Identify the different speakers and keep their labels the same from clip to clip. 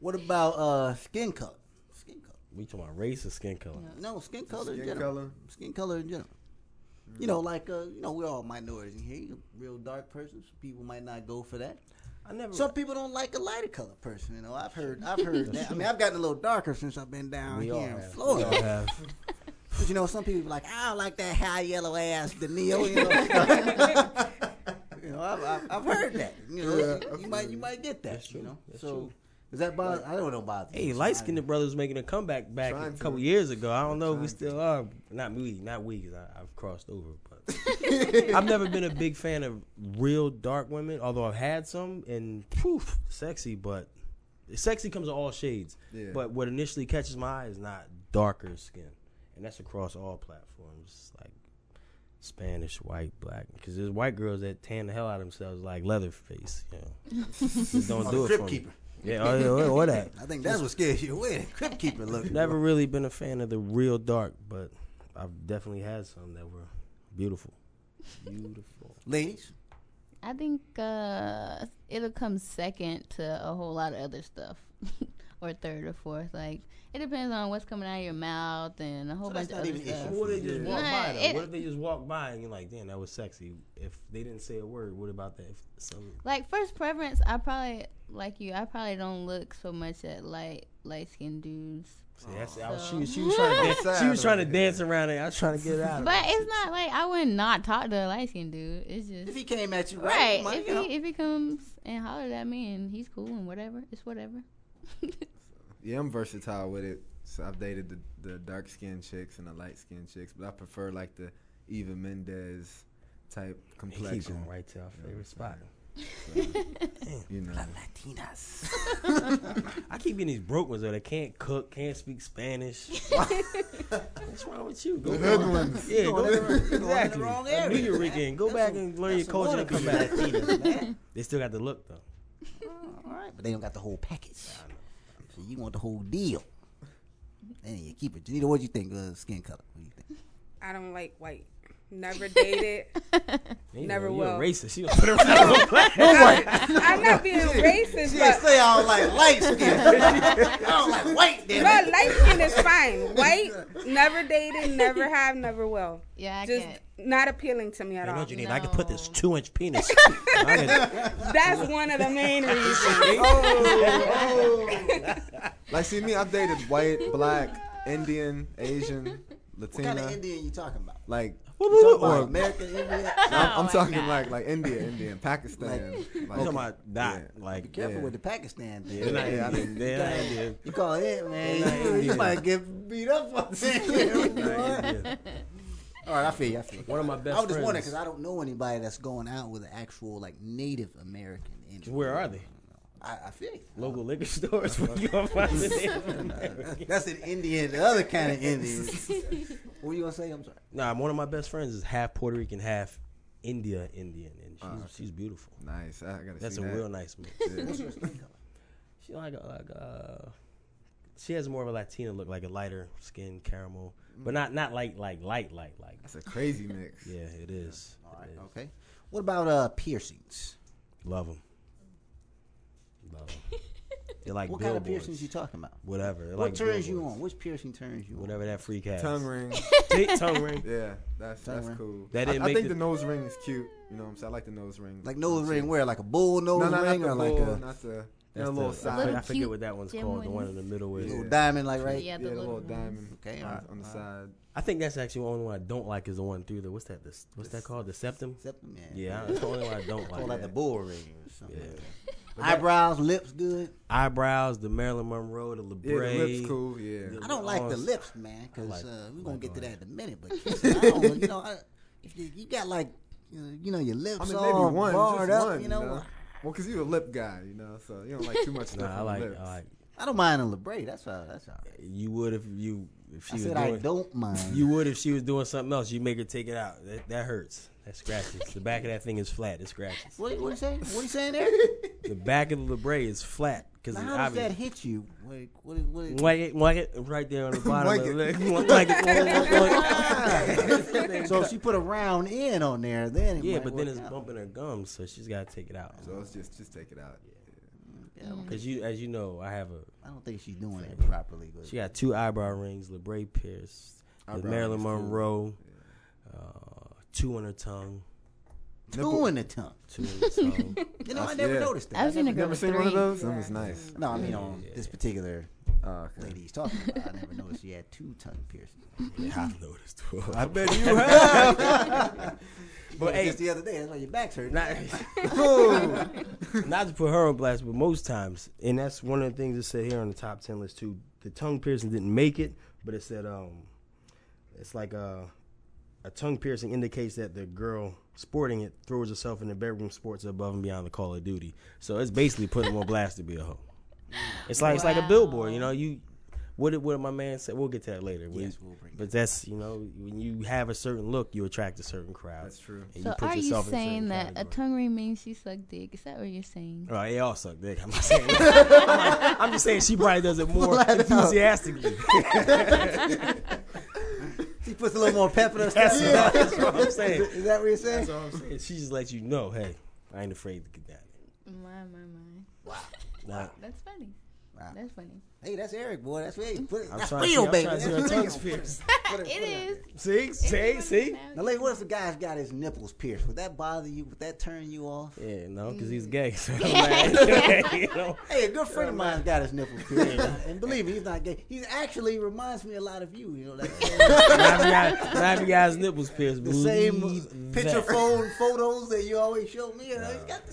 Speaker 1: What about uh skin color? Skin color.
Speaker 2: We talking about race or skin color?
Speaker 1: No, skin color in
Speaker 3: skin
Speaker 1: general.
Speaker 3: color.
Speaker 1: Skin color in general. You
Speaker 2: Mm-hmm.
Speaker 1: know, like uh, you know, we're all minorities in here. You're a real dark person. Some people might not go for that.
Speaker 2: I never.
Speaker 1: Some people don't like a lighter color person. You know, I've heard, I've heard that. I mean, I've gotten a little darker since I've been down
Speaker 2: we all
Speaker 1: here in
Speaker 2: have. We
Speaker 1: Florida.
Speaker 2: all have.
Speaker 1: But you know, some people be like, I don't like that high yellow ass Danilo. You know, you know I've, I've, I've heard that. You know,
Speaker 3: Yeah,
Speaker 1: you,
Speaker 3: I feel
Speaker 1: might
Speaker 3: you.
Speaker 1: you might get that.
Speaker 2: That's true.
Speaker 1: You know,
Speaker 2: That's
Speaker 1: so
Speaker 2: true.
Speaker 1: does that bother? I don't know bother.
Speaker 2: Hey, light skinned brothers making a comeback back a
Speaker 3: Trying to.
Speaker 2: couple years ago. I don't know if we
Speaker 3: Trying to.
Speaker 2: still are. Not we, not we, 'cause I, I've crossed over. But I've never been a big fan of real dark women, although I've had some and poof, sexy. But sexy comes in all shades.
Speaker 3: Yeah.
Speaker 2: But what initially catches my eye is not darker skin, and that's across all platforms, like Spanish, white, black. Because there's white girls that tan the hell out of themselves, like Leatherface. You know, Just don't
Speaker 1: Or
Speaker 2: do it
Speaker 1: Crypt
Speaker 2: for me.
Speaker 1: Keeper.
Speaker 2: Yeah, or, or- or that.
Speaker 1: I think that's what scares you away. The crypt keeper look.
Speaker 2: Never really been a fan of the real dark, but I've definitely had some that were beautiful. Beautiful.
Speaker 1: ladies.
Speaker 4: I think uh, it'll come second to a whole lot of other stuff, or third or fourth. Like it depends on what's coming out of your mouth and a whole
Speaker 1: So that's
Speaker 4: bunch of
Speaker 1: not
Speaker 4: other
Speaker 1: even an
Speaker 4: stuff.
Speaker 1: issue.
Speaker 2: What if they just walk
Speaker 4: Nah,
Speaker 2: by though?
Speaker 4: it-
Speaker 2: what if they just walk by and you're like, damn, that was sexy. If they didn't say a word, what about that? If some
Speaker 4: Like first preference, I probably like you. I probably don't look so much at light light skinned dudes,
Speaker 2: see, that's, I was,
Speaker 4: So-
Speaker 2: she, was- she was trying to dance, she was trying to dance around it. I was trying to get it out. of
Speaker 4: but
Speaker 2: her.
Speaker 4: it's not like I would not talk to a light skinned dude. It's
Speaker 1: If
Speaker 4: just
Speaker 1: he came at you right, you
Speaker 4: right.
Speaker 1: might,
Speaker 4: If
Speaker 1: you know.
Speaker 4: he if he comes and hollers at me and he's cool and whatever, it's whatever.
Speaker 3: Yeah, I'm versatile with it. So I've dated the, the dark skinned chicks and the light skinned chicks, but I prefer like the Eva Mendez type
Speaker 2: He keep
Speaker 3: complexion.
Speaker 2: going right to our favorite spot.
Speaker 3: You know,
Speaker 1: Latinas.
Speaker 2: I keep getting these broke ones though that can't cook, can't speak Spanish. What's wrong with you? Go
Speaker 3: the
Speaker 2: back-
Speaker 3: hood ones.
Speaker 2: Yeah,
Speaker 1: Going
Speaker 2: go
Speaker 1: in the wrong-
Speaker 2: back,
Speaker 1: going in the
Speaker 2: exactly.
Speaker 1: wrong
Speaker 2: Like New
Speaker 1: area,
Speaker 2: York again. Go back and learn your culture and come back.
Speaker 1: Latinas, man.
Speaker 2: They still got the look though.
Speaker 1: All right, but they don't got the whole package. So you want the whole deal. And you keep it. Janita, what do you think? Uh, skin color. What do you think?
Speaker 5: I don't like white. Never dated.
Speaker 2: Ain't
Speaker 5: Never
Speaker 2: no- you a
Speaker 5: will.
Speaker 2: racist. You don't put around on black.
Speaker 5: I'm not being racist,
Speaker 1: Yeah,
Speaker 5: but,
Speaker 1: say I don't like light skin. I don't like white. Damn
Speaker 5: but
Speaker 1: it.
Speaker 5: light skin is fine. White, never dated, never have, never will.
Speaker 4: Yeah, I
Speaker 5: Just
Speaker 4: can't.
Speaker 5: not appealing to me at
Speaker 2: You know,
Speaker 5: all.
Speaker 2: Janine, I can put this
Speaker 4: No.
Speaker 2: two-inch penis. I can-
Speaker 5: That's one of the main reasons.
Speaker 3: like see me, I've dated white, black, Indian, Asian,
Speaker 1: What kind of
Speaker 3: Latina.
Speaker 1: Indian you talking about?
Speaker 3: Like
Speaker 2: Oh
Speaker 1: You talking
Speaker 3: or-
Speaker 1: about American Indian?
Speaker 3: I'm, I'm
Speaker 4: my
Speaker 3: talking
Speaker 4: God.
Speaker 3: like like India, Indian, Pakistan. Like,
Speaker 2: I'm talking about that.
Speaker 3: Yeah.
Speaker 1: Be
Speaker 2: Like,
Speaker 1: careful
Speaker 3: Yeah.
Speaker 1: with the Pakistan thing.
Speaker 2: they're not
Speaker 3: Yeah, I
Speaker 2: Indian.
Speaker 3: mean-
Speaker 2: They're not Indian.
Speaker 1: You call it, man.
Speaker 2: They're not
Speaker 1: You, you
Speaker 2: Indian.
Speaker 1: might get beat up on
Speaker 2: They're
Speaker 1: that.
Speaker 2: not Indian.
Speaker 1: All right, I feel you. I feel you.
Speaker 2: One of my best
Speaker 1: I was just
Speaker 2: friends-
Speaker 1: wondering because I don't know anybody that's going out with an actual like Native American Indian.
Speaker 2: Where are they?
Speaker 1: I, I feel you.
Speaker 2: Local liquor stores. Where you gonna find the damn-
Speaker 1: That's an Indian, the other kind of Indian. what were you gonna say? I'm sorry.
Speaker 2: Nah, one of my best friends is half Puerto Rican, half India Indian, and she's she's beautiful.
Speaker 3: Nice. I gotta
Speaker 2: That's
Speaker 3: see
Speaker 2: a
Speaker 3: that.
Speaker 2: real nice mix.
Speaker 1: What's your skin color?
Speaker 2: She like a, like uh she has more of a Latina look, like a lighter skin caramel, but not not like like light light like.
Speaker 3: That's a crazy mix.
Speaker 2: Yeah, it is.
Speaker 1: All right, okay. What about uh piercings?
Speaker 2: Love them. Love them. They're like
Speaker 1: What kind of
Speaker 2: billboards.
Speaker 1: piercings you talking about?
Speaker 2: Whatever. They're
Speaker 1: What
Speaker 2: like
Speaker 1: turns you
Speaker 2: billboards.
Speaker 1: on? Which piercing turns you on?
Speaker 2: Whatever that freak has.
Speaker 3: Tongue ring.
Speaker 2: Take tongue ring.
Speaker 3: Yeah, that's
Speaker 1: Tongue
Speaker 3: that's
Speaker 1: ring.
Speaker 3: cool.
Speaker 2: That
Speaker 3: I,
Speaker 2: didn't
Speaker 3: I
Speaker 2: make
Speaker 3: think
Speaker 2: the-
Speaker 3: the, nose ring is cute. You know what I'm saying? I like the nose ring.
Speaker 1: Like nose ring, where like a bull nose
Speaker 3: No, no, not
Speaker 1: ring
Speaker 3: the
Speaker 1: or like
Speaker 3: bull,
Speaker 1: a
Speaker 3: not the.
Speaker 2: That's
Speaker 3: That little
Speaker 2: the-
Speaker 3: side.
Speaker 4: Little
Speaker 2: I forget
Speaker 4: cute
Speaker 2: what that one's
Speaker 4: gem
Speaker 2: called. The one
Speaker 4: ones.
Speaker 2: in the middle is.
Speaker 1: little
Speaker 3: Yeah.
Speaker 1: diamond, like right?
Speaker 4: Yeah,
Speaker 3: Yeah,
Speaker 4: the
Speaker 3: the little
Speaker 4: ones.
Speaker 3: diamond.
Speaker 1: Okay,
Speaker 3: on,
Speaker 1: alright,
Speaker 3: on the
Speaker 1: alright.
Speaker 3: side.
Speaker 2: I think that's actually the only one I don't like is the one through the what's that? This what's that called? The septum.
Speaker 1: Septum, yeah.
Speaker 2: Yeah, that's the only one I don't
Speaker 1: Call
Speaker 2: like.
Speaker 1: that the bull ring or something.
Speaker 2: Yeah.
Speaker 1: like that. Eyebrows, lips, good.
Speaker 2: Eyebrows, the Marilyn Monroe, the
Speaker 3: Yeah,
Speaker 2: LeBray.
Speaker 3: the lips cool. Yeah.
Speaker 2: the-
Speaker 1: I don't like the
Speaker 2: Orange.
Speaker 1: lips, man, because
Speaker 2: like-
Speaker 1: uh, we're
Speaker 2: I
Speaker 1: gonna
Speaker 2: like
Speaker 1: get to
Speaker 2: orange.
Speaker 1: that in a minute. But I don't, you know, I, if you, you got like, you know, you know, your lips
Speaker 3: I mean, maybe
Speaker 1: all
Speaker 3: one,
Speaker 1: barred
Speaker 3: just
Speaker 1: up,
Speaker 3: one.
Speaker 1: you know.
Speaker 3: Well, cause you a lip guy, you know, so you don't like too much stuff
Speaker 2: Nah, I
Speaker 3: on
Speaker 2: like.
Speaker 3: the lips.
Speaker 2: I like.
Speaker 1: I don't mind a labret. That's all. That's all. Right.
Speaker 2: You would if you if she
Speaker 1: I
Speaker 2: was
Speaker 1: said
Speaker 2: doing.
Speaker 1: I don't mind.
Speaker 2: You would if she was doing something else. You make her take it out. That, that hurts. That scratches. The back of that thing is flat. It scratches.
Speaker 1: what, what you saying? What you saying there?
Speaker 2: The back of the labret is flat because
Speaker 1: Now,
Speaker 2: it's
Speaker 1: how does that
Speaker 2: obvious.
Speaker 1: hit you? Like, what? What? what
Speaker 2: Like it, like it, right there on the bottom. of
Speaker 3: Like
Speaker 2: the
Speaker 3: it.
Speaker 2: leg. Like it, like it, like it.
Speaker 1: so if she put a round end on there, then it
Speaker 2: yeah,
Speaker 1: might
Speaker 2: but then
Speaker 1: work
Speaker 2: it's
Speaker 1: out.
Speaker 2: bumping her gums, so she's got to take it out.
Speaker 3: So it's just just take it out.
Speaker 1: Yeah, I don't think-
Speaker 2: Cause you, as you know, I have a.
Speaker 1: I don't think she's doing it properly. But
Speaker 2: She got two eyebrow rings, LeBray pierced, the
Speaker 3: Eyebrow
Speaker 2: Marilyn
Speaker 3: rings, too.
Speaker 2: Monroe, uh, two on her tongue,
Speaker 1: two
Speaker 3: Nipple-
Speaker 1: in the tongue.
Speaker 2: two on her tongue.
Speaker 1: You know, I
Speaker 3: That's-
Speaker 1: never
Speaker 3: yeah.
Speaker 1: noticed that.
Speaker 4: I've
Speaker 1: I
Speaker 4: seen
Speaker 1: never-
Speaker 4: Girl
Speaker 3: Never
Speaker 4: with
Speaker 3: seen one of
Speaker 4: three.
Speaker 3: those? That was nice.
Speaker 1: No, I mean on this particular
Speaker 3: Oh, okay.
Speaker 1: lady he's talking about. I never noticed she had two tongue piercings.
Speaker 2: I noticed.
Speaker 3: I bet you have.
Speaker 1: But hey, just the other day, that's why your back's hurt.
Speaker 2: Not, not to put her on blast, but most times, and that's one of the things that said here on the top ten list too. The tongue piercing didn't make it, but it said um, it's like a a tongue piercing indicates that the girl sporting it throws herself in the bedroom, sports above and beyond the call of duty. So it's basically putting them on blast to be a hoe. It's like it's like a
Speaker 4: Wow.
Speaker 2: billboard, you know. You what did what did my man said? We'll get to that later. We-
Speaker 1: Yes, we'll bring
Speaker 2: but that's you know when you have a certain look, you attract a certain crowd.
Speaker 3: That's true.
Speaker 2: And
Speaker 4: So are you
Speaker 2: in certain
Speaker 4: saying that a
Speaker 2: categories.
Speaker 4: tongue ring means she sucked dick? Is that what you're saying?
Speaker 2: Oh, they all suck dick. I'm not saying. that. I'm, like- I'm just saying she probably does it more
Speaker 1: Flat out.
Speaker 2: enthusiastically.
Speaker 1: She puts a little more pep in her step.
Speaker 2: That's, what, that's what I'm saying.
Speaker 1: Is that what you're saying?
Speaker 2: That's all I'm saying. She just lets you know, hey, I ain't afraid to get down
Speaker 4: My my my.
Speaker 2: there. Nah,
Speaker 4: That's funny.
Speaker 1: Wow.
Speaker 4: That's funny.
Speaker 1: Hey, that's Eric, boy. That's real. Put it,
Speaker 2: I'm
Speaker 1: that's
Speaker 2: trying to see-
Speaker 1: real,
Speaker 2: I'm
Speaker 1: baby.
Speaker 2: trying to see
Speaker 1: That's
Speaker 2: her
Speaker 1: real.
Speaker 2: tongues pierced.
Speaker 1: Put
Speaker 4: It
Speaker 1: put out
Speaker 4: is.
Speaker 1: there.
Speaker 2: see, see, see.
Speaker 1: Now, lady, what if a guy's got his nipples pierced? Would that bother you? Would that turn you off?
Speaker 2: Yeah, no, because he's gay. So I'm like, you know.
Speaker 1: Hey, a good friend
Speaker 2: Oh,
Speaker 1: of mine's got his nipples pierced, and believe me, he's not gay. He actually reminds me a lot of you. You know, that
Speaker 2: Now if you got- now if you got his nipples pierced,
Speaker 1: the same
Speaker 2: believe
Speaker 1: picture
Speaker 2: that.
Speaker 1: phone photos that you always show me. You know, he's got the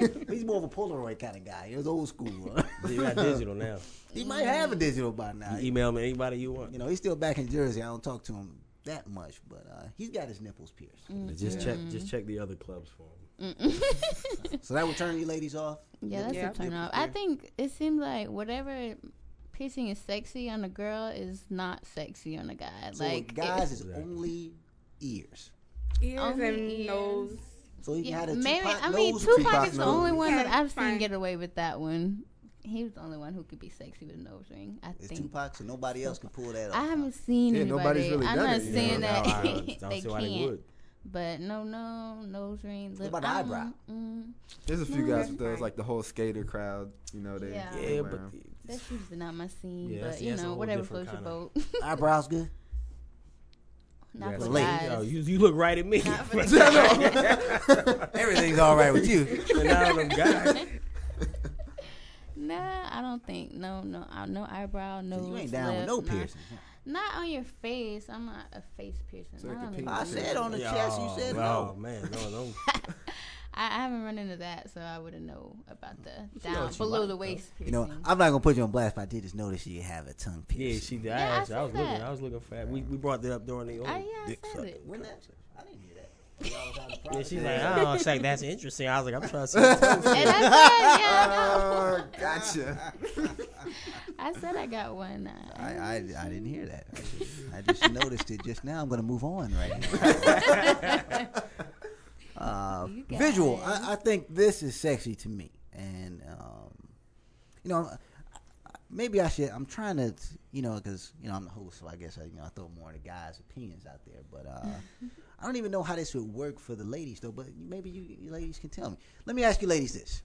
Speaker 1: same. he's more of a Polaroid kind of guy. He was old school.
Speaker 2: You got digital now.
Speaker 1: he might have a digital by now.
Speaker 2: You email me anybody you want.
Speaker 1: You know, he's still back in Jersey. I don't talk to him that much, but uh, he's got his nipples pierced.
Speaker 4: Mm-hmm.
Speaker 2: Just check, just check the other clubs for him.
Speaker 1: So that would turn you ladies off.
Speaker 4: Yeah, that's
Speaker 5: Yeah.
Speaker 4: a turn off. I think it seems like whatever piercing is sexy on a girl is not sexy on a guy.
Speaker 1: So
Speaker 4: like
Speaker 1: guys is
Speaker 4: it-
Speaker 1: only ears.
Speaker 5: Ears
Speaker 4: Only
Speaker 5: and
Speaker 4: ears.
Speaker 5: nose.
Speaker 1: So he
Speaker 4: yeah,
Speaker 1: had a
Speaker 4: maybe
Speaker 1: Tupac
Speaker 4: I mean
Speaker 1: nose
Speaker 4: Tupac,
Speaker 1: piercing.
Speaker 4: is
Speaker 3: Tupac
Speaker 4: the only
Speaker 3: nose.
Speaker 4: one that
Speaker 5: Yeah,
Speaker 4: I've
Speaker 5: fine.
Speaker 4: seen get away with that one. He was the only one who could be sexy with a nose ring. I
Speaker 1: It's
Speaker 4: think.
Speaker 1: Tupac, so nobody else can pull that off.
Speaker 4: I haven't seen
Speaker 3: Yeah, nobody's
Speaker 4: anybody.
Speaker 3: really
Speaker 4: I'm
Speaker 3: done
Speaker 4: not
Speaker 3: it, you know,
Speaker 4: saying
Speaker 2: No, I
Speaker 4: that
Speaker 2: don't- I don't
Speaker 4: they
Speaker 2: see why
Speaker 4: can't.
Speaker 2: they would.
Speaker 4: But no, no nose ring. Lip,
Speaker 1: about the
Speaker 4: I don't-
Speaker 1: eyebrow?
Speaker 4: Mm,
Speaker 3: There's a few guys
Speaker 5: that's
Speaker 3: with those,
Speaker 5: fine.
Speaker 3: like the whole skater crowd. You know, they
Speaker 4: Yeah.
Speaker 3: they
Speaker 2: Yeah,
Speaker 3: wear
Speaker 2: but
Speaker 3: 'em.
Speaker 4: that's usually not my scene.
Speaker 2: Yeah,
Speaker 4: but
Speaker 2: that's-
Speaker 4: you
Speaker 2: that's a
Speaker 4: know,
Speaker 2: whole
Speaker 4: whatever floats
Speaker 2: different
Speaker 4: your
Speaker 2: kinda-
Speaker 4: boat.
Speaker 1: Eyebrows good.
Speaker 4: not
Speaker 1: but
Speaker 4: for
Speaker 1: ladies,
Speaker 4: guys.
Speaker 2: Yo, Oh, you, you look right at me.
Speaker 1: Everything's all right with you.
Speaker 2: And I don't know, guys.
Speaker 4: Nah, I don't think. No, no, I- no eyebrow, no.
Speaker 1: You ain't down with no piercing.
Speaker 4: Not on your face. I'm not a face piercing.
Speaker 3: So it
Speaker 4: I,
Speaker 3: could
Speaker 4: don't
Speaker 3: ping
Speaker 4: think-
Speaker 1: I
Speaker 4: I,
Speaker 3: too.
Speaker 1: said on the chest. You said
Speaker 2: no.
Speaker 1: oh, no.
Speaker 2: Oh, man, no, no.
Speaker 4: I haven't run into that, so I wouldn't know about the
Speaker 2: know
Speaker 4: down
Speaker 2: what you
Speaker 4: below
Speaker 2: like,
Speaker 4: the
Speaker 2: though.
Speaker 4: waist
Speaker 1: You
Speaker 4: piercing.
Speaker 1: know, I'm not gonna put you on blast, but I did just notice you have a tongue piercing.
Speaker 2: Yeah, she did. I,
Speaker 4: Yeah, I
Speaker 2: asked, I,
Speaker 4: said
Speaker 2: was looking.
Speaker 4: that.
Speaker 2: I was looking for that. We, we brought that up during the old
Speaker 4: I, Oh, yeah,
Speaker 2: dick
Speaker 4: I said
Speaker 2: sucking.
Speaker 4: it.
Speaker 1: When that? I didn't hear that.
Speaker 2: And she's like, oh, it's like that's interesting. I was like, I'm trying to see. the toes.
Speaker 4: And I said, yeah, I know.
Speaker 3: Oh, gotcha.
Speaker 4: I said I got one.
Speaker 1: I,
Speaker 4: I,
Speaker 1: I, I didn't hear that. I just, I just noticed it just now. I'm going to move on right now. uh,
Speaker 4: You got
Speaker 1: visual.
Speaker 4: it.
Speaker 1: I, I think this is sexy to me. And, um, you know, I- I- maybe I should. I'm trying to, you know, because, you know, I'm the host, so I guess I, you know, I throw more of the guys' opinions out there. But uh, I don't even know how this would work for the ladies, though. But maybe you, you ladies can tell me. Let me ask you ladies this.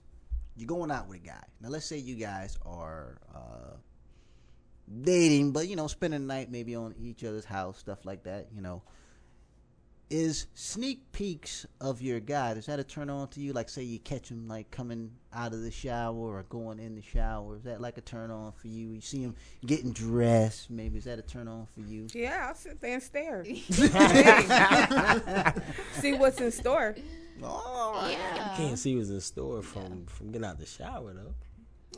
Speaker 1: You're going out with a guy. Now, let's say you guys are. Uh, dating, but you know, spending the night maybe on each other's house, stuff like that. You know, is sneak peeks of your guy is that a turn on to you? Like, say you catch him like coming out of the shower or going in the shower, is that like a turn on for you? You see him getting dressed, maybe is that a turn on for you?
Speaker 5: Yeah, I'll sit there and stare. See what's in store.
Speaker 1: Oh,
Speaker 4: yeah.
Speaker 2: Can't see what's in store from from getting out the shower though.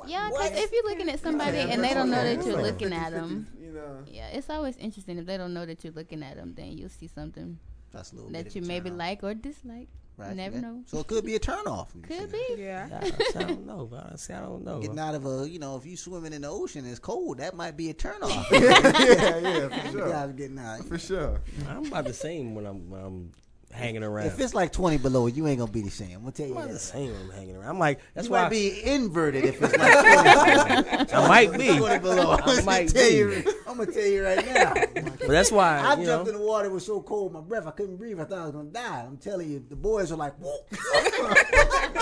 Speaker 4: Yeah, because if you're looking at somebody and they don't know that you're looking at them,
Speaker 3: You know,
Speaker 4: yeah, it's always interesting. If they don't know that you're looking at them, then you'll see something
Speaker 1: that's a little bit
Speaker 4: that
Speaker 1: of a
Speaker 4: you maybe
Speaker 1: turn-on,
Speaker 4: like or dislike.
Speaker 1: right?
Speaker 4: You never
Speaker 1: Yeah.
Speaker 4: know.
Speaker 1: So it could be a turn off.
Speaker 4: Could be.
Speaker 5: Yeah.
Speaker 2: I, I don't know. but I, see, I don't know.
Speaker 1: Getting out of a, you know, if you swimming in the ocean, it's cold. That might be a turn off.
Speaker 3: yeah, yeah, for sure,
Speaker 1: guys getting out.
Speaker 3: for sure.
Speaker 2: I'm about the same when I'm, when I'm hanging around.
Speaker 1: If it's like 20 below, you ain't gonna be the same. I'm gonna tell you
Speaker 2: I'm about the
Speaker 1: that.
Speaker 2: same when I'm hanging around. I'm like, that's
Speaker 1: you
Speaker 2: why
Speaker 1: might
Speaker 2: I,
Speaker 1: be inverted if it's like 20
Speaker 2: I might be.
Speaker 1: below.
Speaker 2: I might
Speaker 1: tell
Speaker 2: be.
Speaker 1: you. I'm gonna tell you right now.
Speaker 2: But that's why
Speaker 1: I
Speaker 2: you
Speaker 1: jumped
Speaker 2: know,
Speaker 1: in the water. It was so cold, my breath. I couldn't breathe. I thought I was gonna die. I'm telling you, the boys were like, "Whoa!" You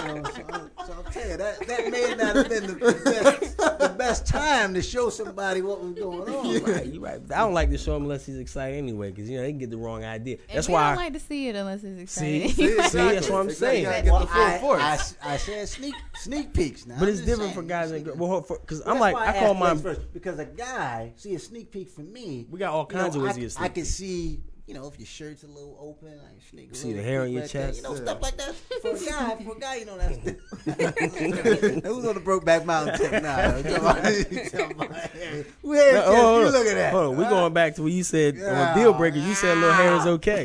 Speaker 1: know, so, I'm, so I'm telling you that that may not have been the, the, best, the best time to show somebody what was going on.
Speaker 2: You
Speaker 1: Like,
Speaker 2: right, you right. I don't like to show him unless he's excited anyway, because you know they can get the wrong idea.
Speaker 4: And
Speaker 2: That's
Speaker 4: we
Speaker 2: why.
Speaker 4: don't like to see it unless it's
Speaker 2: see,
Speaker 4: exciting.
Speaker 2: see, that's what I'm
Speaker 3: Exactly.
Speaker 2: saying.
Speaker 3: You gotta get the
Speaker 1: well,
Speaker 3: full
Speaker 1: I,
Speaker 3: force.
Speaker 1: I, I said sneak sneak peeks. Now,
Speaker 2: But
Speaker 1: I'm
Speaker 2: it's
Speaker 1: just
Speaker 2: different
Speaker 1: saying,
Speaker 2: for guys and
Speaker 1: sneak-
Speaker 2: girls. Well, because
Speaker 1: Well,
Speaker 2: I'm
Speaker 1: that's
Speaker 2: like,
Speaker 1: why
Speaker 2: I call
Speaker 1: asked
Speaker 2: mine.
Speaker 1: ladies first because a guy see a sneak peek for me.
Speaker 2: We got all
Speaker 1: you know,
Speaker 2: kinds
Speaker 1: I,
Speaker 2: of ways to
Speaker 1: I
Speaker 2: get
Speaker 1: can see, you know, if your shirt's a little open, like your sneak. a
Speaker 2: See
Speaker 1: little
Speaker 2: the hair on
Speaker 1: peek
Speaker 2: your
Speaker 1: back there,
Speaker 2: chest.
Speaker 1: you know,
Speaker 3: Yeah.
Speaker 1: stuff like that. For a guy, for a guy, you know, that's. The, who's on the Brokeback Mountain tip now? Come on, we had
Speaker 2: No,
Speaker 1: chest.
Speaker 2: oh, hold
Speaker 1: you
Speaker 2: on.
Speaker 1: look at that.
Speaker 2: Hold on, we're going back to what you said
Speaker 1: Yeah.
Speaker 2: on deal breakers. You said little hair is okay.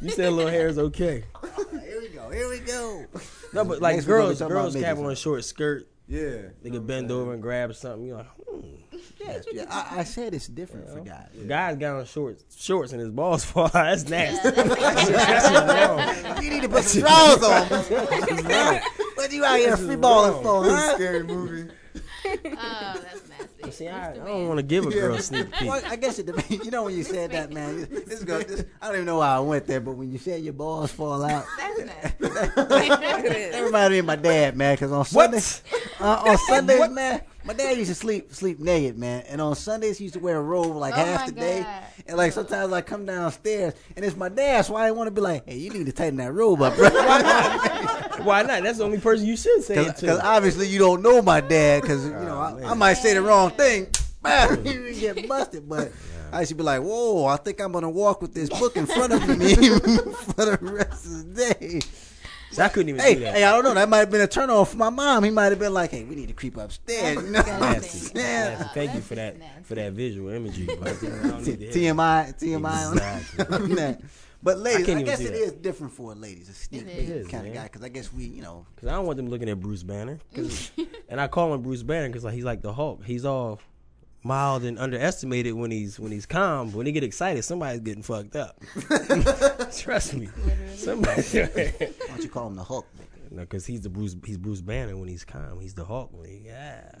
Speaker 2: you said little hair is okay.
Speaker 1: Here we go. Here we go.
Speaker 2: No, but like
Speaker 1: Next we're gonna be
Speaker 2: girls,
Speaker 1: talking about
Speaker 2: girls can have
Speaker 1: midgets.
Speaker 2: on a short skirt.
Speaker 3: Yeah.
Speaker 2: They can bend over and grab something. You're like, hmm.
Speaker 1: Yes, yeah, I, I said it's different for guys.
Speaker 2: guys got on shorts, shorts, and his balls fall out. That's nasty.
Speaker 4: Oh,
Speaker 2: Oh.
Speaker 1: you need to put some drawers on. What you out here free balling for,
Speaker 3: This is a
Speaker 1: huh?
Speaker 3: scary movie.
Speaker 4: Oh, that's nasty.
Speaker 2: See, I, I
Speaker 4: Mr.
Speaker 2: don't
Speaker 4: Man.
Speaker 2: want to give a girl a
Speaker 3: Yeah.
Speaker 2: sneak peek.
Speaker 1: Well, I guess it depends. You know when you said that, man. you- This girl, this, I don't even know why I went there, but when you said your balls fall out,
Speaker 4: That's nasty.
Speaker 1: that reminded me of my dad, man. Because on Sundays, uh, on Sundays, man, my dad used to sleep sleep naked, man. And on Sundays, he used to wear a robe like
Speaker 4: Oh,
Speaker 1: half
Speaker 4: my
Speaker 1: the day.
Speaker 4: God.
Speaker 1: And like sometimes I come downstairs, and it's my dad, so I want to be like, "Hey, you need to tighten that robe up, bro." Why not?
Speaker 2: Why not? That's the only person you should say it
Speaker 1: Because
Speaker 2: to.
Speaker 1: obviously you don't know my dad. Because you know I, I might say the wrong thing. Bam, you get busted. But I used to be like, "Whoa, I think I'm gonna walk with this book in front of me for the rest of the day."
Speaker 2: So I couldn't even
Speaker 1: Hey,
Speaker 2: do that.
Speaker 1: hey, I don't know. That might have been a turnoff for my mom. He might have been like, "Hey, we need to creep upstairs." You know what I'm
Speaker 2: Nasty.
Speaker 4: Nasty.
Speaker 1: saying?
Speaker 2: Nasty. Thank you
Speaker 4: That's
Speaker 2: for that
Speaker 4: nasty.
Speaker 2: for that visual imagery. But you know, I don't need to hear that.
Speaker 1: TMI, TMI.
Speaker 2: Exactly.
Speaker 1: On that. But ladies,
Speaker 2: I can't
Speaker 1: I,
Speaker 2: even
Speaker 1: guess
Speaker 2: do
Speaker 1: it
Speaker 2: that.
Speaker 1: is different for ladies, a sneak
Speaker 4: It
Speaker 1: peek
Speaker 2: is,
Speaker 1: kind of guy.
Speaker 2: man.
Speaker 1: Because I guess we, you know,
Speaker 2: Cause I don't want them looking at Bruce Banner. 'Cause- and I call him Bruce Banner because like he's like the Hulk. He's all mild and underestimated when he's when he's calm. But when he get excited, somebody's getting fucked up. Trust me, somebody.
Speaker 1: why don't you call him the Hulk? man? Hmm.
Speaker 2: no, because he's the Bruce. He's Bruce Banner when he's calm. He's the Hulk when he yeah.